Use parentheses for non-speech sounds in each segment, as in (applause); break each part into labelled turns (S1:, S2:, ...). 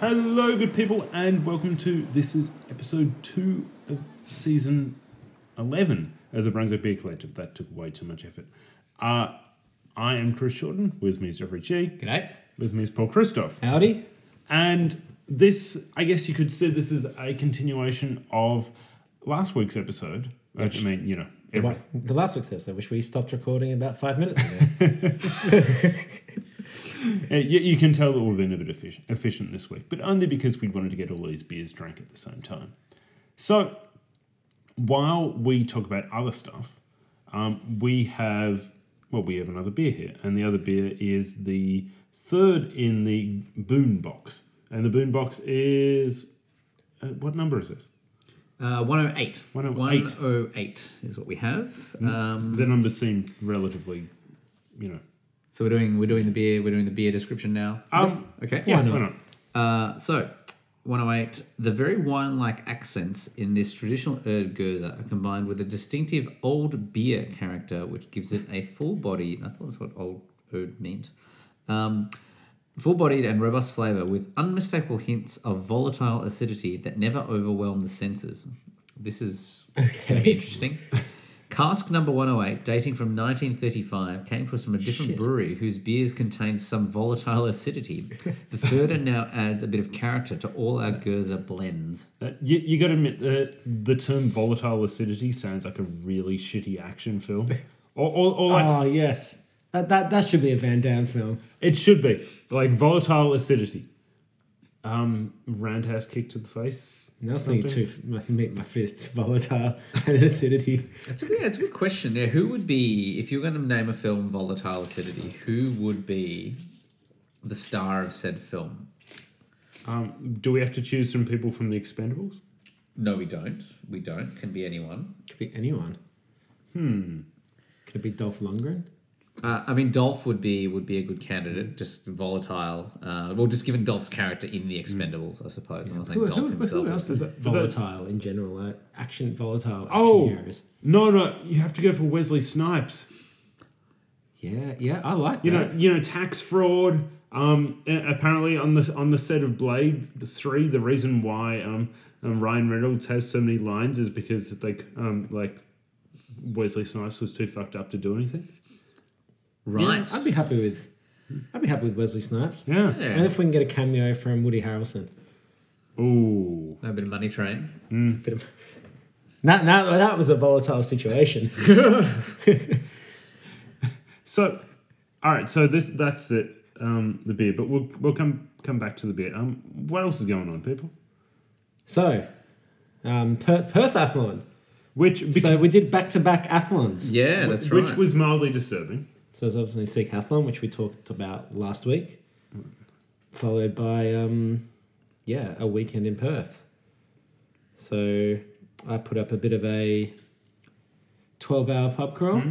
S1: Hello, good people, and welcome to this is episode two of season eleven of the Brunswick Beer Collective. That took way too much effort. Uh, I am Chris Shorten. With me is Jeffrey G.
S2: G'day.
S1: With me is Paul Christoph.
S2: Howdy.
S1: And this, I guess you could say, this is a continuation of last week's episode. Which, I mean, you know, every,
S2: What? The last week's episode, which we stopped recording about five minutes ago. (laughs)
S1: uh, you, you can tell that we've been a bit efficient, efficient this week, but only because we wanted to get all these beers drank at the same time. So, while we talk about other stuff, um, we have well, we have another beer here, and the other beer is the third in the Boon Box, and the Boon Box is uh, what number is this?
S3: Uh, 108.
S1: 108.
S3: 108 is what we have. Um,
S1: The numbers seem relatively, you know,
S3: so we're doing we're doing the beer we're doing the beer description now.
S1: um,
S3: Okay.
S1: yeah,
S2: not?
S1: why not?
S3: Uh, so 108. The very wine-like accents in this traditional Erdgurzer are combined with a distinctive old beer character, which gives it a full body. I thought that's what old Erd meant. Um, full-bodied and robust flavor with unmistakable hints of volatile acidity that never overwhelm the senses. This is gonna be interesting. Cask number 108, dating from 1935, came to us from a different brewery whose beers contained some volatile (laughs) acidity. The third now adds a bit of character to all our Gerza blends.
S1: That, you you got to admit, uh, the term volatile acidity sounds like a really shitty action
S2: (laughs)
S1: film. Or, or, or like,
S2: oh, yes. That, that, that should be a Van Damme film.
S1: it should be. Like volatile acidity. Um, roundhouse kick to the face.
S2: Now it's thinking
S1: something.
S2: too, my, make my fists volatile (laughs) and acidity.
S3: That's a good, that's a good question. Now, who would be, if you were going to name a film Volatile Acidity, who would be the star of said film?
S1: Um, do we have to choose some people from the Expendables?
S3: No, we don't. We don't. Can be anyone.
S2: Could be anyone. Hmm. Could it be Dolph Lundgren?
S3: Uh, I mean, Dolph would be would be a good candidate. Just volatile. Uh, well, just given Dolph's character in The Expendables, I suppose. I'm not saying
S2: Who,
S3: Dolph
S2: who,
S3: himself.
S2: who else is
S1: But- but that's-
S2: volatile in general? Like action volatile action
S1: Oh.
S2: heroes.
S1: No, no, you have to go for Wesley Snipes.
S2: Yeah, yeah, I like
S1: You
S2: that.
S1: know, you know, tax fraud. Um, a- apparently on the on the set of Blade Three, the reason why um, um Ryan Reynolds has so many lines is because they um like Wesley Snipes was too fucked up to do anything.
S2: Yeah,
S3: Right.
S2: I'd be happy with. I'd be happy with Wesley Snipes.
S1: Yeah.
S3: Yeah.
S2: And if we can get a cameo from Woody Harrelson.
S1: Ooh.
S3: A bit of money train.
S2: Bit of, that, that, that was a volatile situation.
S1: So, all right. So this that's it. Um, the beer, but we'll we'll come come back to the beer. Um, what else is going on, people?
S2: so, um, Perth, Perth Athlon.
S1: Which bec-
S2: so we did back to back Athlons.
S3: Yeah, that's right.
S1: which was mildly disturbing.
S2: So there's obviously Seek Athlon, which we talked about last week, followed by, um, yeah, a weekend in Perth. So I put up a bit of a 12 hour pub crawl,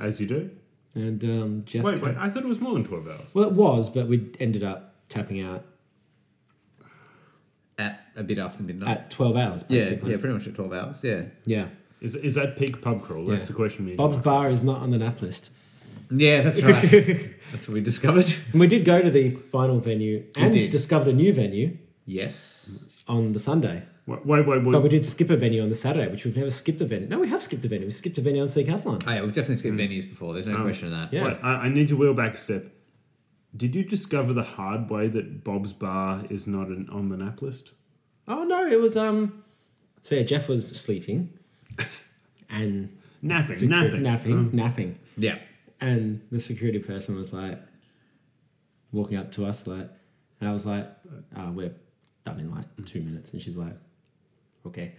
S1: As you do.
S2: and um, Jeff.
S1: Wait,
S2: co-
S1: wait. I thought it was more than twelve hours.
S2: Well, it was, but we ended up tapping out
S3: at a bit after midnight.
S2: at 12 hours,
S3: yeah,
S2: basically.
S3: yeah, pretty much at twelve hours. Yeah,
S2: yeah.
S1: Is is that peak pub crawl? That's
S2: Yeah.
S1: the question. we need to
S2: Bob's
S1: ask.
S2: Bar is not on the nap list.
S3: yeah, that's right.
S2: (laughs)
S3: that's what we discovered.
S2: And we did go to the final venue and
S3: did.
S2: discovered a new venue
S3: Yes,
S2: on the Sunday.
S1: Wait, wait, wait. wait.
S2: But we did skip a venue on the Saturday, which we've never skipped a venue. No, we have skipped a venue. We skipped a venue on Seacathlon.
S3: oh yeah, we've definitely skipped venues before. There's no question of that.
S2: Mm. Oh. Yeah.
S1: Wait, I, I need to wheel back a step. Did you discover the hard way that Bob's Bar is not an, on the nap list?
S2: Oh no, it was um so yeah, Jeff was
S1: (laughs)
S2: sleeping and
S1: Napping,
S2: secu-
S1: napping. Mm.
S2: napping, napping.
S3: yeah.
S2: And the security person was like walking up to us like and I was like, uh, we're done in like two minutes and she's like, Okay.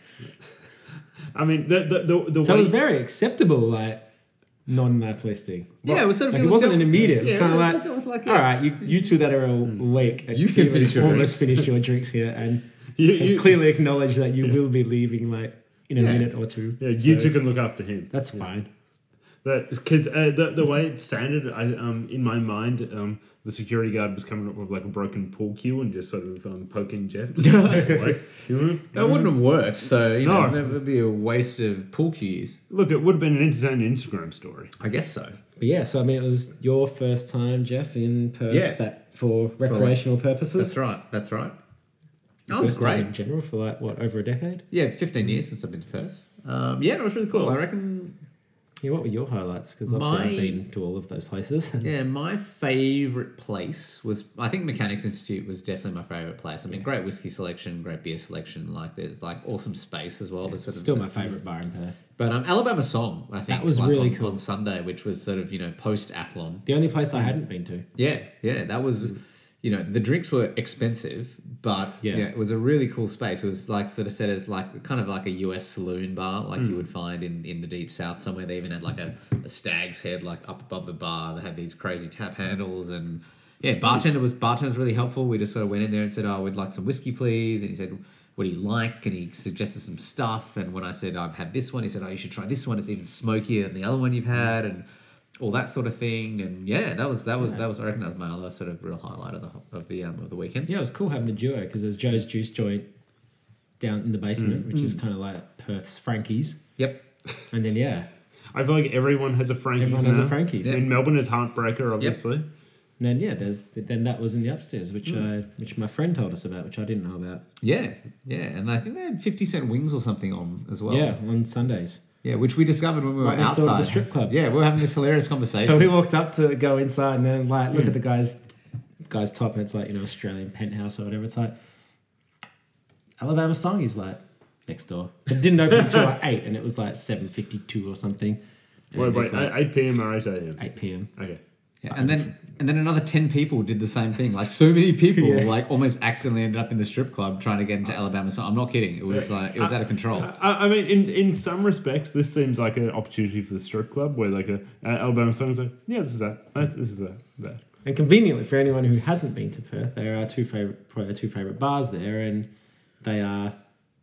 S1: I mean, the the the, the
S2: So it was
S1: way
S2: very acceptable, like non nap listing.
S3: yeah, it was something.
S2: Like, it wasn't an
S3: dealt-
S2: immediate. It was
S3: yeah,
S2: kind of
S3: was-
S2: like,
S3: it was like
S2: all right, you, you two that are awake,
S3: You can finish your
S2: almost
S3: drinks."
S2: finished your drinks here,
S3: (laughs)
S2: and
S1: you,
S2: and
S1: you,
S2: clearly acknowledge that you will be leaving like in a
S3: Yeah.
S2: minute or two.
S1: yeah, you
S2: So
S1: two can look after him.
S2: That's fine.
S1: That because uh, the the way it sounded, I um in my mind, um the security guard was coming up with like a broken pool cue and just sort of um, poking
S2: (laughs)
S1: Jeff. Like, you know?
S3: That wouldn't have worked. So you
S1: No.
S3: know, it would be a waste of pool cues.
S1: Look, it would have been an entertaining Instagram story.
S3: I guess so.
S2: But yeah, so I mean, it was your first time, Jeff, in Perth
S3: Yeah.
S2: that for recreational purposes.
S3: That's right. That's right.
S2: the
S3: Oh, it's
S2: first time
S3: great.
S2: in general for like what over a decade.
S3: Yeah, 15 years since I've been to Perth. Um, yeah, no, it was really cool. I reckon,
S2: Yeah, what were your highlights? Because obviously I've
S3: My-
S2: been to all of those places. (laughs)
S3: yeah, my favourite place was, I think Mechanics Institute was definitely my favourite place. I mean, great whiskey selection, great beer selection. Like, there's like awesome space as well. There's sort of-
S2: Still my favourite bar in Perth.
S3: But um, Alabama Song, I think.
S2: That was
S3: like,
S2: really
S3: on,
S2: cool.
S3: On Sunday, which was sort of, you know, post athlon.
S2: The only place I hadn't been to.
S3: Yeah, yeah, that was, you know, the drinks were expensive, but yeah.
S2: Mm. Yeah.
S3: it was a really cool space. It was like sort of set as like kind of like a US saloon bar, like you would find in, in the deep south somewhere. They even had like a, a stag's head like up above the bar. They had these crazy tap handles and. Yeah, bartender was bartender's really helpful. We just sort of went in there and said, "Oh, we'd like some whiskey, please." And he said, "What do you like?" And he suggested some stuff. And when I said I've had this one, he said, "Oh, you should try this one. It's even smokier than the other one you've had." And all that sort of thing. And yeah, that was that was that was I reckon that was my other sort of real highlight of the ho- of the um, of the weekend.
S2: Yeah, it was cool having a duo because there's Joe's Juice Joint down in the
S3: Mm.
S2: basement, which is kind of like Perth's Frankie's.
S3: Yep.
S2: And then yeah,
S1: I feel like everyone has a Frankie's.
S2: Everyone has a
S1: now.
S2: Frankie's.
S1: I mean, Melbourne is Heartbreaker, obviously.
S2: and then yeah, there's then that was in the upstairs, which I which my friend told us about, which I didn't know about.
S3: Yeah, yeah, and I think they had fifty cent wings or something on as well.
S2: yeah, on Sundays.
S3: yeah, which we discovered when we were
S2: Right next
S3: outside
S2: door to the strip club.
S3: Yeah, we were having this hilarious (laughs) conversation.
S2: So we walked up to go inside and then like look at the guy's guy's top and it's like, you know, Australian penthouse or whatever. It's like Alabama song He's like next door. But it didn't open until like eight and it was like seven fifty two or something. And
S1: Wait,
S2: then
S1: wait,
S2: it's, like,
S1: 8 p.m. or 8 a.m.?
S2: eight PM.
S1: Okay.
S3: Yeah, and then and then another ten people did the same thing. Like so (laughs) many people,
S2: Yeah.
S3: like almost accidentally ended up in the strip club trying to get into Alabama. So I'm not kidding. It was like it was out of control.
S1: I, I mean, in, in some respects, this seems like an opportunity for the strip club where, like, a, uh, Alabama song's like, yeah, this is that. That's, this is that. that.
S2: And conveniently for anyone who hasn't been to Perth, there are two favorite probably our two favorite bars there and they are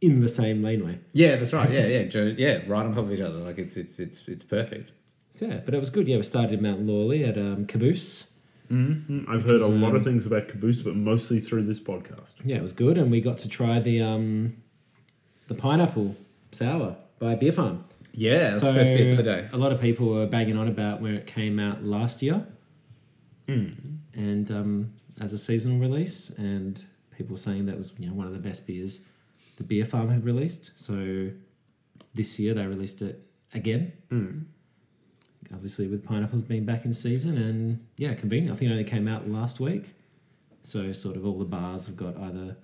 S2: in the same laneway.
S3: Yeah, that's right. Yeah, yeah, Joe, yeah, right on top of each other. Like it's it's it's it's perfect.
S2: So yeah, but it was good. Yeah, we started in Mount Lawley at um, Caboose.
S1: Mm, I've heard a lot of things about Caboose, but mostly through this podcast.
S2: Yeah, it was good, and we got to try the um, the pineapple sour by Beer Farm.
S3: Yeah, that's the first beer for the day.
S2: A lot of people were banging on about where it came out last year,
S3: Hmm.
S2: and um, as a seasonal release, and people saying that was you know one of the best beers the Beer Farm had released. So this year they released it again. Obviously, with pineapples being back in season, and yeah, convenient. I think it only came out last week, so sort of all the bars have got either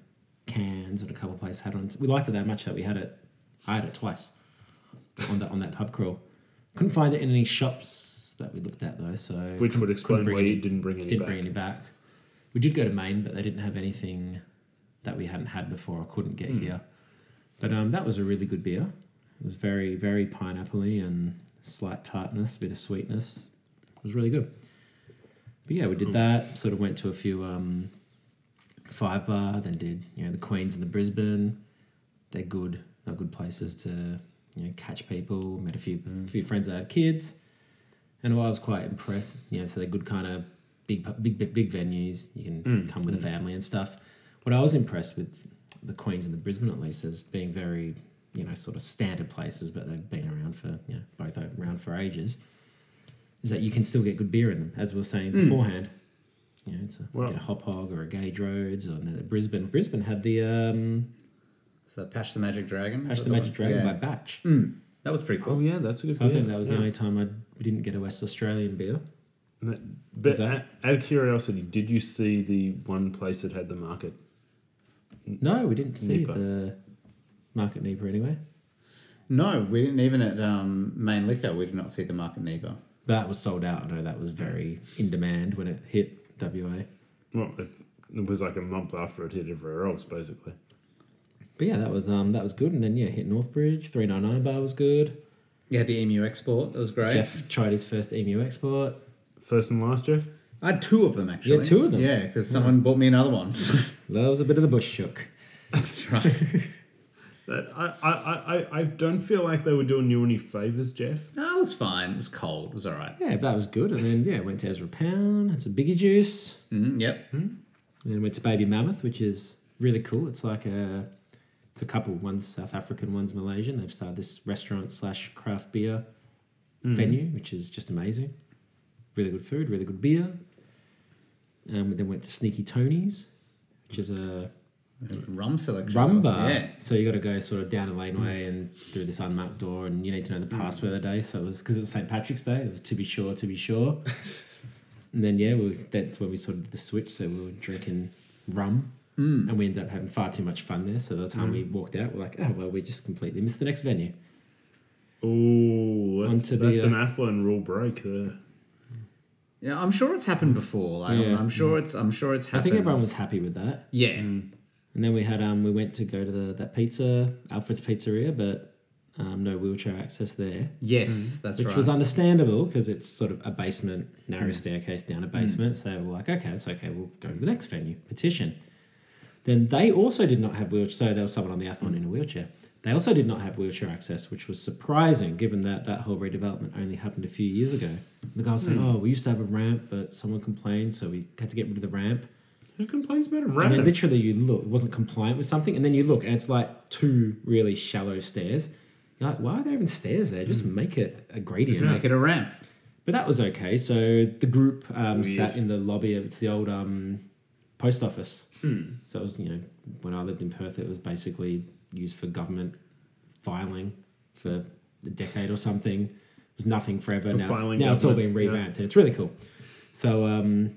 S2: cans or a couple of places had on. We liked it that much that we had it. I had it twice on that on that pub crawl. Couldn't find it in any shops that we looked at though, so
S1: Which
S2: couldn't-
S1: would explain
S2: couldn't bring
S1: why
S2: any-
S1: you didn't bring any
S2: didn't
S1: back.
S2: bring any back. We did go to Maine, but they didn't have anything that we hadn't had before or couldn't
S1: Hmm.
S2: get here. But um, that was a really good beer. It was very, very pineappley and slight tartness, a bit of sweetness. It was really good. But yeah, we
S1: Hmm.
S2: did that. Sort of went to a few um, five bar, then did you know the Queens and the Brisbane. They're good. They're good places to you know catch people. Met a few
S1: Hmm.
S2: few friends that had kids, and I was quite impressed. You know, so they're good kind of big pu- big big, big venues. You can
S1: Mm.
S2: come with a family and stuff. What I was impressed with the Queens and the Brisbane at least is being very you know sort of standard places, but they've been around for you know both around for ages. Is that you can still get good beer in them, as we were saying beforehand. You know, it's a,
S1: Mm. Well-
S2: get a hop hog or a Gage Roads, or the Brisbane. Brisbane had the um,
S3: So Pash the Magic Dragon.
S2: Patch the
S3: Is that
S2: Magic
S3: one?
S2: Dragon by
S3: Yeah.
S2: Batch.
S3: That was pretty cool.
S1: Oh, yeah, that's a good
S2: So I think
S1: beer.
S2: that was the
S1: Mm. Yeah.
S2: only time I didn't get a West Australian beer.
S1: And that- But
S2: Was that-
S1: out of curiosity, did you see the one place that had the market?
S2: No, we didn't see
S1: Nipah.
S2: the Market Nipah anyway.
S3: No, we didn't even at um, Main Liquor. We did not see the Market Neighbour.
S2: That was sold out. I know that was very in demand when it hit WA.
S1: Well, it, it was like a month after it hit everywhere else, basically.
S2: But yeah, that was um that was good. And then yeah, hit Northbridge. Three nine nine bar was good.
S3: Yeah, the EMU export. That was great.
S2: Jeff tried his first emu export.
S1: First and last, Jeff?
S3: I had two of them actually.
S2: two of them? Hmm.
S3: Yeah, because someone bought me another one. (laughs)
S2: That was a bit of the bush shook.
S3: That's right.
S1: That I, I, I, I- I don't feel like they were doing you any favours, Jeff.
S3: no, it was fine. It was cold. It was all right.
S2: Yeah, but that was good. And then yeah, went to Ezra Pound. Had some biggie juice.
S3: Mm, yep.
S2: Hmm. And then went to Baby Mammoth, which is really cool. It's like a, it's a couple. One's South African, one's Malaysian. They've started this restaurant slash craft beer venue, which is just amazing. Really good food, really good beer. Um, we then went to Sneaky Tony's, which is a
S3: Rum selection.
S2: Rumba.
S3: Yeah.
S2: So you got to go sort of down a laneway and through this unmarked door, and you need to know
S3: Hmm.
S2: the password of the day. So it was because it was St Patrick's Day. It was to be sure, to be
S3: (laughs)
S2: sure. and then yeah, we, that's when we sort of did the switch. So we were drinking rum,
S3: Hmm.
S2: and we ended up having far too much fun there. So by the time we walked out, we're like, oh well, we just completely missed the next venue.
S1: Oh, that's,
S2: Onto the,
S1: that's
S2: uh,
S1: an Athlone rule break there.
S3: Yeah, I'm sure it's happened before. Like,
S2: Yeah.
S3: I'm sure it's. I'm sure it's
S2: I
S3: happened.
S2: think everyone was Hmm. happy with that.
S3: Yeah.
S2: And then we had um we went to go to the that pizza Alfred's Pizzeria, but um, no wheelchair access there.
S3: Yes, that's
S2: Hmm. which
S3: right.
S2: was understandable because it's sort of a basement, narrow staircase down a basement. So they were like, okay, it's okay. We'll go to the next venue, petition. Then they also did not have wheelchair. So there was someone on the Athlon in a wheelchair. They also did not have wheelchair access, which was surprising given that that whole redevelopment only happened a few years ago. The guy was saying, oh, we used to have a ramp, but someone complained, so we had to get rid of the ramp.
S1: Who complains about a
S2: And then
S1: random?
S2: literally you look, it wasn't compliant with something, and then you look and it's like two really shallow stairs. You're like, why are there even stairs there? Just make it a gradient.
S1: Yeah.
S3: Make it a ramp.
S2: But that was okay. So the group um,
S1: Weird.
S2: sat in the lobby of it's the old um, post office.
S1: Hmm.
S2: So it was you know when I lived in Perth, it was basically used for government filing for a decade or something. It was nothing forever.
S1: For
S2: now
S1: filing
S2: it's, now it's all been
S1: governments, yeah.
S2: revamped and it's really cool. So um,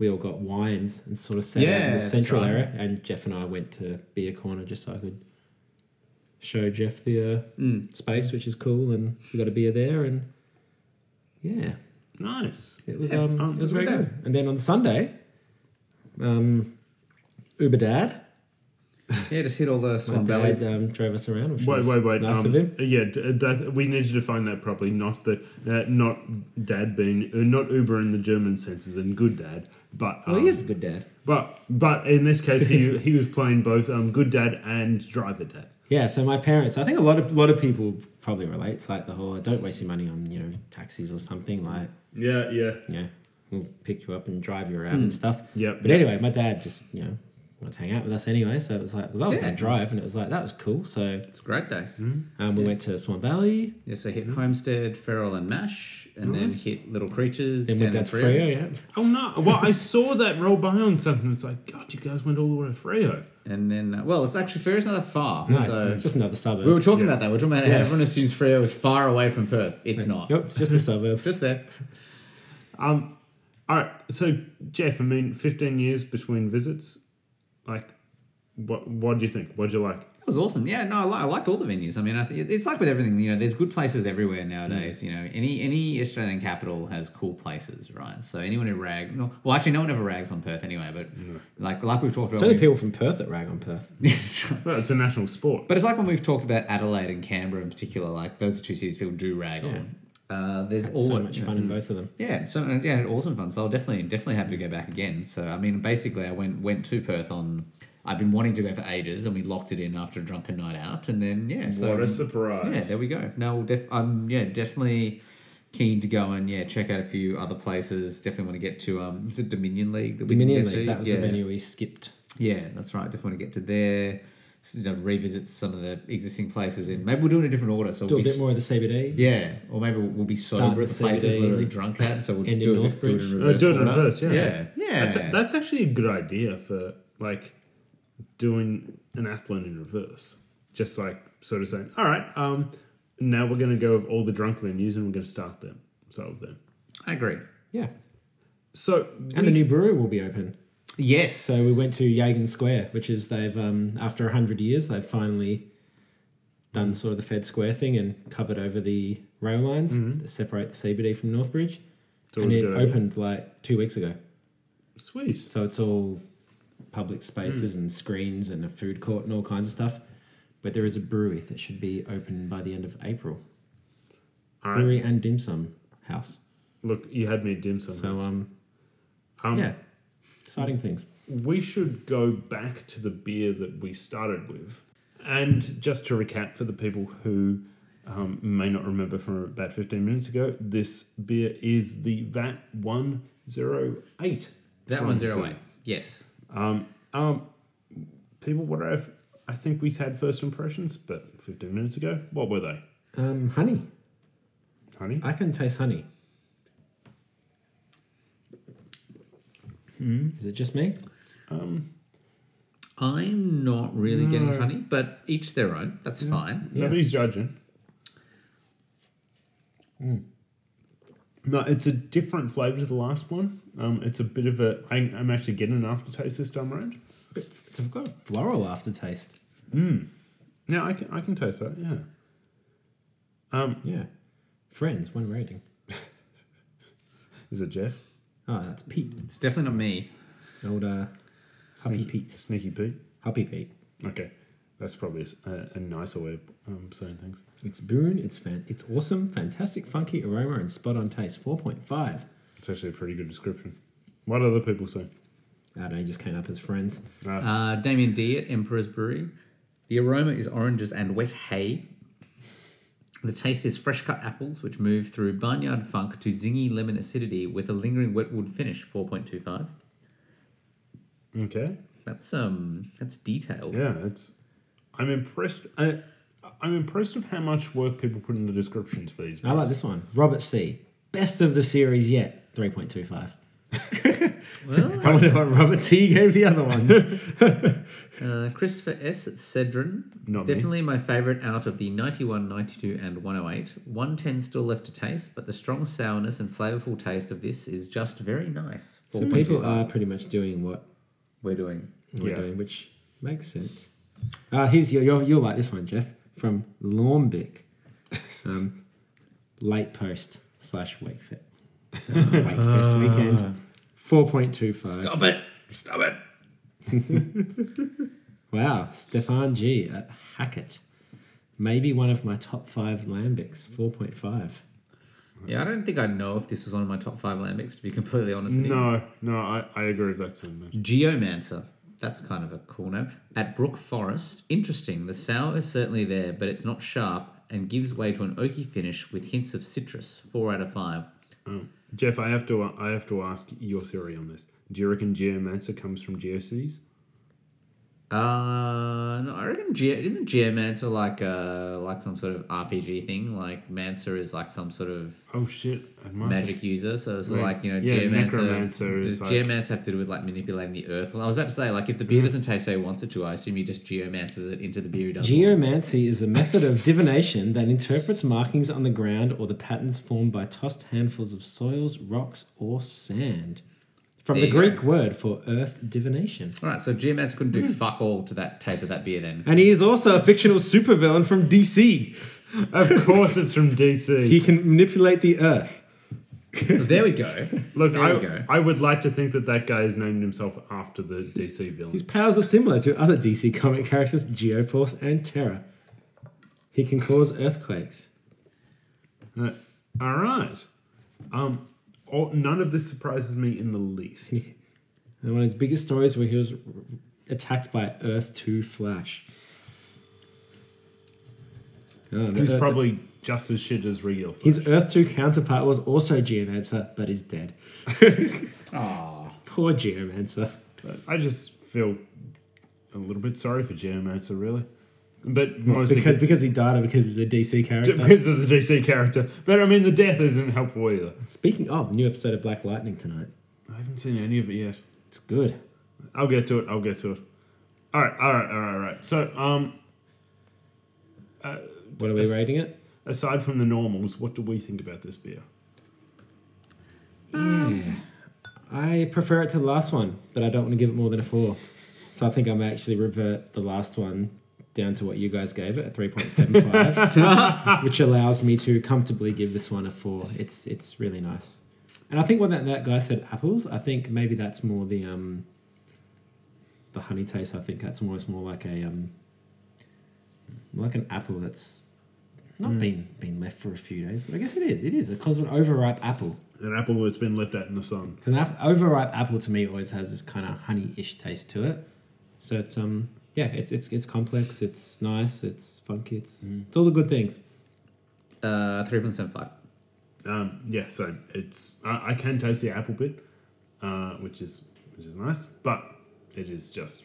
S2: we all got wines and sort of sat out
S3: Yeah,
S2: in the
S3: that's
S2: central
S3: right.
S2: area, and Jeff and I went to beer corner just so I could show Jeff the uh,
S1: Hmm.
S2: space, which is cool, and we got a beer there and. Yeah,
S1: Nice.
S2: it was
S3: Yeah,
S2: um,
S1: um,
S2: it was
S1: not
S2: very
S3: bad.
S2: good. And then on Sunday, um, Uber Dad,
S3: Yeah, just hit all the
S2: my
S3: Swan Valley.
S2: dad um, drove us around. Which
S1: Wait,
S2: was
S1: wait, wait.
S2: Nice
S1: um,
S2: of him.
S1: Yeah, d- that, we need to define that properly. Not that, uh, not dad being, uh, not Uber in the German senses and good dad, but um,
S2: Well, oh, he is a good dad.
S1: But but in this case, he
S2: (laughs)
S1: he was playing both um, good dad and driver dad.
S2: Yeah. So my parents, I think a lot of lot of people probably relate. It's like the whole don't waste your money on you know taxis or something like
S1: Yeah, yeah,
S2: you know we'll pick you up and drive you around and stuff.
S1: Yep.
S2: But anyway, my dad just you know wanted to hang out with us anyway, so it was like because I was going
S3: Yeah.
S2: to drive and it was like that was cool. So
S3: It's a great day.
S2: um, we went to Swan Valley.
S3: Yeah, so
S2: Hmm.
S3: hit Homestead, Feral, and Mash, and
S1: Nice.
S3: then hit Little Creatures.
S2: Then
S3: down
S2: went down
S3: at
S2: to
S3: Freo.
S2: Frio. Yeah.
S1: Oh no! Well, I saw that roll by on something. It's like God, you guys went all the way to Freo.
S3: And then, uh, well, it's actually Freo's not that far.
S2: No,
S3: so
S2: it's (laughs) just another suburb.
S3: we were talking
S1: Yeah.
S3: about that. We are talking about how
S2: Yes.
S3: everyone assumes Freo is far away from Perth. It's not.
S2: Yep, it's just a suburb.
S3: Just there.
S1: Um, all right. So Jeff, I mean, fifteen years between visits. Like, what what do you think? What'd you like?
S3: That was awesome. Yeah, no, I, li- I liked all the venues. I mean, I th- it's like with everything. You know, there's good places everywhere nowadays. You know, any any Australian capital has cool places, right? So anyone who rag, no, well, actually, no one ever rags on Perth anyway. But like like we've talked
S2: It's
S3: about,
S2: only
S3: we-
S2: people from Perth that rag on Perth.
S3: (laughs) That's right.
S1: Well, it's a national sport.
S3: But it's like when we've talked about Adelaide and Canberra in particular. Like those are two cities people do rag on. Uh, there's
S2: It's
S3: all
S2: so much fun in both of them.
S3: Yeah, so uh, yeah, awesome fun. So I'll definitely definitely happy to go back again. So I mean, basically, I went went to Perth on. I've been wanting to go for ages, and we locked it in after a drunken night out, and then yeah, so
S1: what a
S3: yeah,
S1: surprise!
S3: there we go. No, we'll def- I'm yeah definitely keen to go and yeah check out a few other places. Definitely want to get to um, is it Dominion League that we
S2: Dominion
S3: didn't get
S2: League,
S3: to?
S2: that was
S3: yeah.
S2: the venue we skipped.
S3: Yeah, that's right. Definitely want to get to there. s- you know, revisit some of the existing places in. Maybe we'll do it in a different order. So
S2: Do
S3: we'll
S2: a
S3: be,
S2: bit more of the CBD.
S3: yeah, or maybe we'll, we'll be sober at
S2: with
S3: the places
S2: CBD,
S3: we're really drunk at. So we'll
S2: end
S3: do
S2: in
S3: it, do it in
S2: Northbridge.
S1: Uh,
S3: reverse.
S1: do it in
S3: order.
S1: reverse, yeah.
S3: yeah, yeah.
S1: That's, that's actually a good idea for like doing an athlon in reverse. Just like sort of saying, all right, um, now we're going to go with all the drunk venues and we're going to start them, start with them.
S3: I agree.
S2: Yeah.
S1: So
S2: And the new brewery will be open.
S3: Yes.
S2: So we went to Yagan Square, which is they've, um, after 100 years, they've finally done sort of the Fed Square thing and covered over the rail lines
S3: Mm-hmm.
S2: that separate the CBD from Northbridge.
S1: So
S2: and
S1: it
S2: it
S1: was good.
S2: opened like two weeks ago.
S1: sweet.
S2: So it's all public spaces
S1: Hmm.
S2: and screens and a food court and all kinds of stuff. But there is a brewery that should be open by the end of April.
S1: All right,
S2: brewery and dim sum house.
S1: look, you had me at dim sum.
S2: So um,
S1: Um,
S2: yeah, exciting things.
S1: we should go back to the beer that we started with. And just to recap for the people who um, may not remember from about 15 minutes ago, this beer is the VAT 108.
S3: that
S1: from
S3: one's zero
S1: Boone.
S3: eight. Yes.
S1: Um, people, what I I think we had first impressions, but 15 minutes ago, what were they?
S2: Um, honey.
S1: Honey?
S2: I can taste honey.
S1: Hmm?
S2: Is it just me?
S3: I'm not really getting honey, but each their own. That's
S1: Mm.
S3: fine.
S1: Nobody's judging.
S2: Hmm.
S1: No, it's a different flavour to the last one. Um, it's a bit of a. I, I'm actually getting an aftertaste this time around.
S2: It's got a floral aftertaste.
S1: Yeah, I can, I can taste that. Yeah.
S2: Yeah. Friends, one rating.
S1: Is it Jeff?
S2: Ah, that's Pete.
S3: It's definitely not me.
S2: Old uh, Huppy
S1: Sneaky-
S2: Pete.
S1: Sneaky Pete.
S2: Huppy Pete.
S1: Okay, that's probably a s- a, a nicer way of um, saying things.
S2: It's boon. It's fan. It's awesome. Fantastic, funky aroma and spot on taste. Four point five.
S1: It's actually a pretty good description. What other people say?
S2: I don't know. Just came up as friends.
S1: Uh,
S3: Uh, Damien D at Emperor's Brewery. The aroma is oranges and wet hay. The taste is fresh cut apples, which move through barnyard funk to zingy lemon acidity with a lingering wetwood finish. Four point two five.
S1: okay.
S3: That's um, that's detailed.
S1: Yeah, it's. I'm impressed. I, I'm impressed of how much work people put in the descriptions for these.
S2: I like this one. Robert C. Best of the series yet. Three point two five.
S3: Well,
S2: (laughs) I wonder what Robert C. gave the other ones.
S3: uh, Christopher S at Cedron.
S1: Not me.
S3: Definitely my favourite out of the 91, 92, and 108. 110 still left to taste, but the strong sourness and flavourful taste of this is just very nice.
S2: so people are pretty much doing what
S3: we're doing.
S2: we're
S1: Yeah.
S2: doing, which makes sense. Uh, here's your, your you'll like this one, Jeff, from Lormbic, um, late post slash wake fit, wake fest weekend, four point two five.
S3: Stop it! Stop it!
S2: Wow, Stefan G at Hackett, maybe one of my top five lambics, four point five.
S3: Yeah, I don't think I'd know if this was one of my top five lambics, to be completely honest with you.
S1: No, no, I, I agree with that sentiment.
S3: Geomancer. That's kind of a cool name. At Brook Forest. Interesting. The sour is certainly there, but it's not sharp and gives way to an oaky finish with hints of citrus. Four out of five.
S1: Um, Jeff, I have to I have to ask your theory on this. Do you reckon geomancer comes from geocities?
S3: Uh, no, I reckon Ge- isn't Geomancer like uh like some sort of RPG thing? Like Mancer is like some sort of
S1: Oh shit! I might-
S3: magic user. So it's
S1: Right.
S3: like you know,
S1: Yeah,
S3: geomancer.
S1: necromancer is
S3: does
S1: like- Mm.
S3: geomancer have to do with like manipulating the earth? Well, I was about to say like if the beer doesn't taste how he wants it to, I assume he just geomancers it into the beer he does. want.
S2: Geomancy is a method of divination that interprets markings on the ground or the patterns formed by tossed handfuls of soils, rocks, or sand. From
S3: There
S2: the
S3: you go.
S2: Greek word for earth divination.
S3: All right, so geomancer couldn't
S1: Mm.
S3: do fuck all to that taste of that beer then.
S1: (laughs)
S2: And he is also a fictional supervillain from DC.
S1: Of course, it's from
S2: He
S1: (laughs) DC.
S2: can manipulate the earth.
S3: there we go.
S1: (laughs) Look,
S3: there we go.
S1: I, I would like to think that that guy has named himself after the DC villain.
S2: His powers are similar to other DC comic characters, Geoforce and Terra. He can cause earthquakes.
S1: Uh, all right. Um, all, none of this surprises me in the least.
S2: And one of his biggest stories where he was r- attacked by Earth 2 Flash. Oh, the
S1: He's
S2: Earth-
S1: probably just as shit as regular. Flash.
S2: his Earth 2 counterpart was also Geomancer, but is dead.
S3: Aw.
S2: Poor Geomancer.
S1: But I just feel a little bit sorry for Geomancer, really. But mostly
S2: Because, because he died or because he's a DC character.
S1: because of the DC character. But I mean, the death isn't helpful either.
S2: Speaking of, new episode of Black Lightning tonight.
S1: I haven't seen any of it yet.
S2: It's good.
S1: I'll get to it. I'll get to it. All right, all right, all right, all right. So, um,
S2: What are we
S1: Yes.
S2: rating it?
S1: aside from the normals, what do we think about this beer?
S2: Yeah. I prefer it to the last one, but I don't want to give it more than a four. So I think I may actually revert the last one down to what you guys gave it, a 3.75, which allows me to comfortably give this one a four. It's it's really nice. And I think when that, that guy said apples, I think maybe that's more the um the honey taste. I think that's almost more like a um like an apple that's not been been left for a few days, but I guess it is. It is a cause of an overripe apple.
S1: An apple that's been left out in the sun.
S2: An ap- overripe apple to me always has this kind of honey-ish taste to it. So it's um yeah, it's it's it's complex, it's nice, it's funky, it's it's all the good things.
S3: Uh, three point seven five.
S1: Um, yeah, so it's I, I can taste the apple bit, uh, which is which is nice, but it is just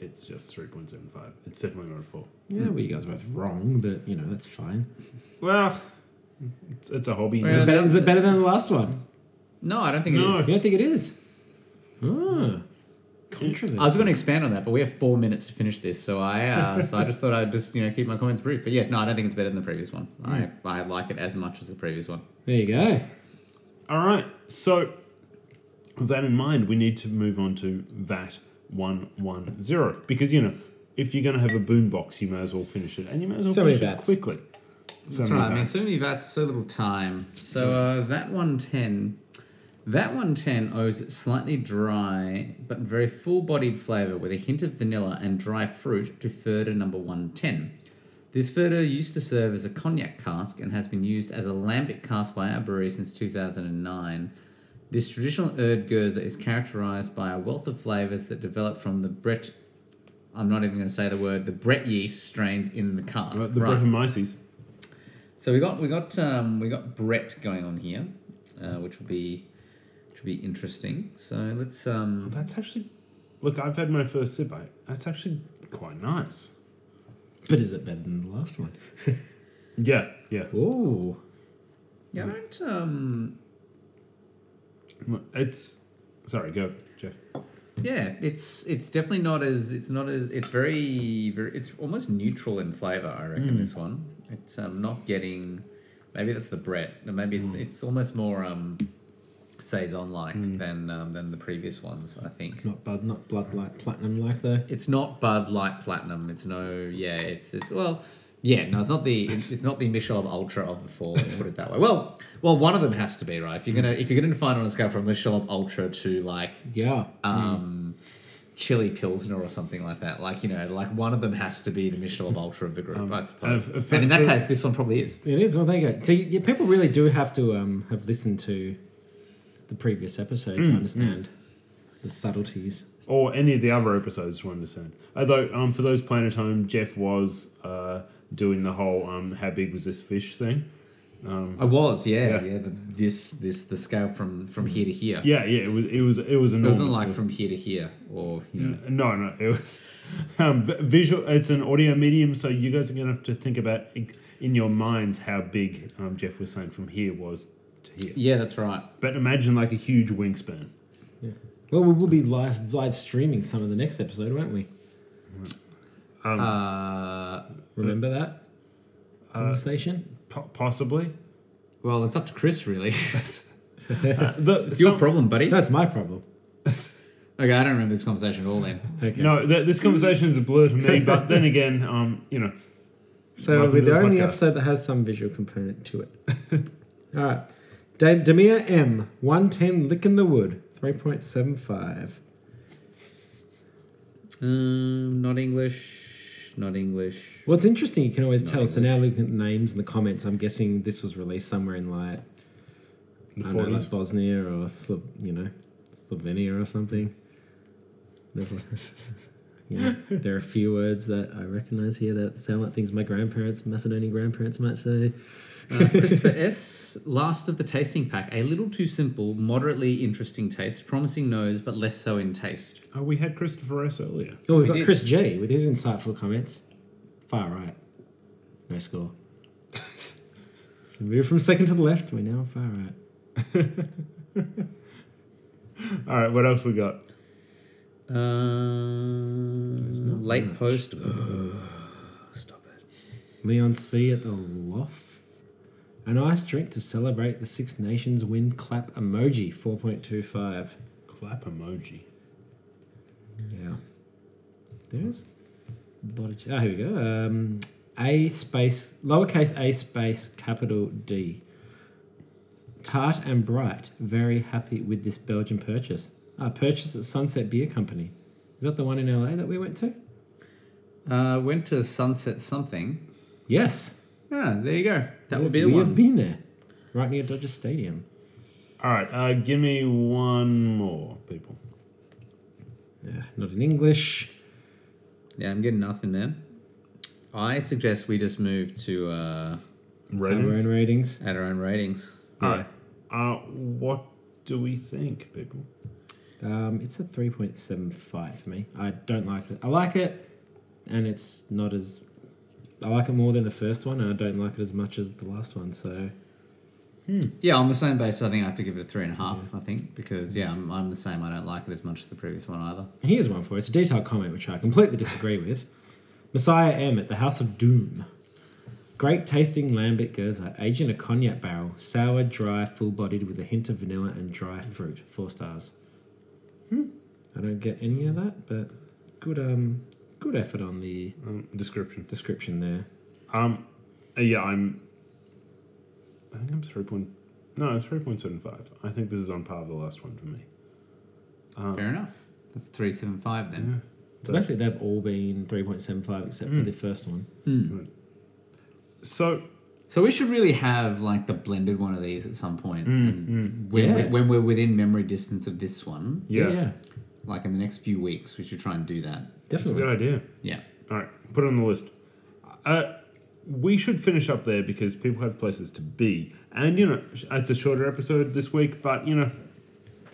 S1: it's just three point seven five. It's definitely not a four.
S2: Yeah, well you guys are both wrong, but you know, that's fine.
S1: Well, it's, it's a hobby.
S2: Is
S3: Well-
S2: it, better, is it better than the last one?
S3: No, I don't think
S1: No.
S3: it is.
S2: You don't think it is? Ah. Controversy.
S3: I was going to expand on that, but we have four minutes to finish this, so I uh, so I just thought I'd just you know keep my comments brief. But yes, no, I don't think it's better than the previous one. I, I like it as much as the previous one.
S2: There you go.
S1: All right. So, with that in mind, we need to move on to VAT 110 because, you know, if you're going to have a boombox, you may as well finish it. And you may as well
S2: So many
S1: finish it
S2: vats.
S1: quickly. So
S3: That's
S1: many
S3: right. I mean,
S1: vats.
S3: so many vats, so little time. So uh, that one ten, that one ten owes its slightly dry but very full-bodied flavour with a hint of vanilla and dry fruit to Furter number one ten. This Furter used to serve as a cognac cask and has been used as a lambic cask by our brewery since two thousand and nine. This traditional Erd Gerzer is characterized by a wealth of flavors that develop from the Brett. I'm not even going to say the word. The Brett yeast strains in the cask.
S1: Right, the
S3: Right.
S1: Brettanomyces.
S3: So we got we got um, we got Brett going on here, uh, which will be which will be interesting. So let's um,
S1: That's actually. Look, I've had my first sip. I, that's actually quite nice.
S2: But is it better than the last one?
S1: Yeah, yeah.
S2: Ooh.
S3: yeah, I don't, um,
S1: It's. Sorry, go, Jeff.
S3: yeah, it's it's definitely not as it's not as it's very very it's almost neutral in flavor. I reckon this one. It's um, not getting maybe that's the Brett. and Maybe it's it's almost more um, saison like than um, than the previous ones. I think.
S2: Not bud, not blood like platinum like though.
S3: It's not Bud Light Platinum. It's no, yeah. It's it's well, yeah. No, it's not the it's, it's not the Michelob Ultra of the four. let's put it that way. Well, well, one of them has to be right. If you're gonna if you're gonna define it on a scale from Michelob Ultra to like
S2: Yeah.
S1: Hmm.
S3: um, chili pilsner or something like that, like you know, like one of them has to be the Michelob Ultra of the group, I suppose.
S1: uh, f-
S3: and in that
S1: f-
S3: case, this one probably is.
S2: It is. Well, there you go. So yeah, people really do have to um, have listened to the previous episode
S1: Mm,
S2: to understand the subtleties.
S1: or any of the other episodes to understand. Although, um, for those playing at home, Jeff was uh, doing the whole um, "how big was this fish" thing.
S3: I was, yeah,
S1: Hmm. Yeah. Hmm.
S3: yeah. the, this this the scale from from here to here.
S1: Yeah, yeah, it was it was it was
S3: It
S1: enormous. Hmm.
S3: wasn't like from here to here, or you know.
S1: no, no, it was (laughs) um, vi- visual. It's an audio medium, so you guys are gonna have to think about in- in your minds how big um, Jeff was saying from here was to here.
S3: Yeah, that's right.
S1: But imagine like a huge wingspan.
S2: Well, we will be live live streaming some of the next episode, won't we?
S1: Hmm. um,
S3: Uh,
S2: Remember that
S1: Uh,
S2: conversation?
S1: (laughs)
S2: (laughs)
S1: Po- possibly.
S3: well, it's up to Chris, (laughs) really.
S1: Uh, the-
S3: It's
S1: some-
S3: your problem, buddy.
S2: no, it's my problem.
S1: (laughs)
S3: Okay, I don't remember this conversation at all then.
S2: Okay.
S1: no, th- this conversation is a blur to me. But then again, um, you know,
S2: So it'll
S1: Welcome
S2: be
S1: to
S2: the
S1: the
S2: only
S1: podcast.
S2: episode that has some visual component to it. (laughs) All right. Da- Demir M, 110 Lick in the Wood, 3.75.
S3: Um, not English. Not (laughs) English.
S2: What's interesting, you can always tell. So now looking at names in the comments, I'm guessing this was released somewhere in like,
S1: the
S2: I don't know, like
S1: forties.
S2: Bosnia or, Slo- you know, Slovenia or something. There was- (laughs) you know, there are a few words that I recognize here that sound like things my grandparents, Macedonian grandparents might say.
S3: Uh, Christopher S. Last of the tasting pack. A little too simple, moderately interesting taste, promising nose, but less so in taste.
S1: Oh, we had Christopher S earlier.
S2: Oh, we've
S3: We
S2: got
S3: did.
S2: Chris J with his insightful comments. Far right. No score. (laughs) so we move from second to the left. We're now far right.
S1: All right, what else we got?
S3: Um, late
S2: much.
S3: post. Stop it.
S2: Leon C at the loft. An ice drink to celebrate the Six Nations win clap emoji 4.25.
S1: Clap emoji.
S2: Yeah. There's a lot of. Ch- oh, here we go. Um, a space, lowercase a space, capital D. Tart and Bright, very happy with this Belgian purchase. Ah, purchase at Sunset Beer Company. Is that the one in LA that we went to?
S3: Uh, went to Sunset something.
S2: Yes.
S3: Ah, there you go. That
S2: we,
S3: would be the
S2: we
S3: one.
S2: have been there. Right near Dodger Stadium.
S1: All right, uh, give me one more, people.
S2: Yeah, not in English.
S3: Yeah, I'm getting nothing, man. I suggest we just move to uh,
S2: Our own
S1: Ratings?
S2: ratings.
S3: add our own ratings.
S1: All right. Uh, what do we think, people?
S2: Um, it's a 3.75 for me. I don't like it. I like it, and it's not as. I like it more than the first one, and I don't like it as much as the last one, so
S3: Yeah, on the same basis, I think I have to give it a three and a half. I think because yeah, I'm, I'm the same. I don't like it as much as the previous one either.
S2: Here's one for you. It's a detailed comment which I completely disagree with. Messiah M at the House of Doom. Great tasting lambic Gerza, aged in a cognac barrel, sour, dry, full bodied with a hint of vanilla and dry fruit. Four stars. Hmm. I don't get any of that, but good um good effort on the
S1: Um, description.
S2: description there.
S1: Um, uh, yeah, I'm. I think I'm three point. No, three point seven five. I think this is on par with the last one for me.
S3: Fair enough. That's three seven five then.
S2: So basically they've all been three point seven five except
S1: Hmm.
S2: for the first one.
S1: So
S3: So we should really have like the blended one of these at some point. and When, we-
S2: Yeah.
S3: when we're within memory distance of this one,
S1: yeah,
S2: yeah.
S3: like in the next few weeks, we should try and do that.
S1: that's a
S2: Definitely.
S1: good idea.
S3: Yeah.
S1: All right, put it on the list. Uh, we should finish up there because people have places to be, and you know it's a shorter episode this week, but you know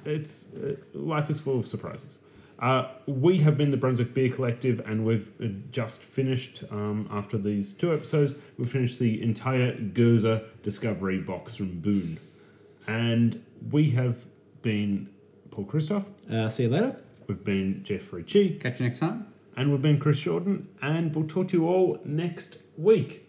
S1: it's uh, life is full of surprises. Uh, we have been the Brunswick Beer Collective, and we've uh, just finished um, after these two episodes. We finished the entire Gerza Discovery box from Boone, and we have been Paul Christoph,
S2: Uh, see you later.
S1: we've been Jeffrey Cheek,
S3: Catch you next time.
S1: and we've been Chris Jordan, and we'll talk to you all next week.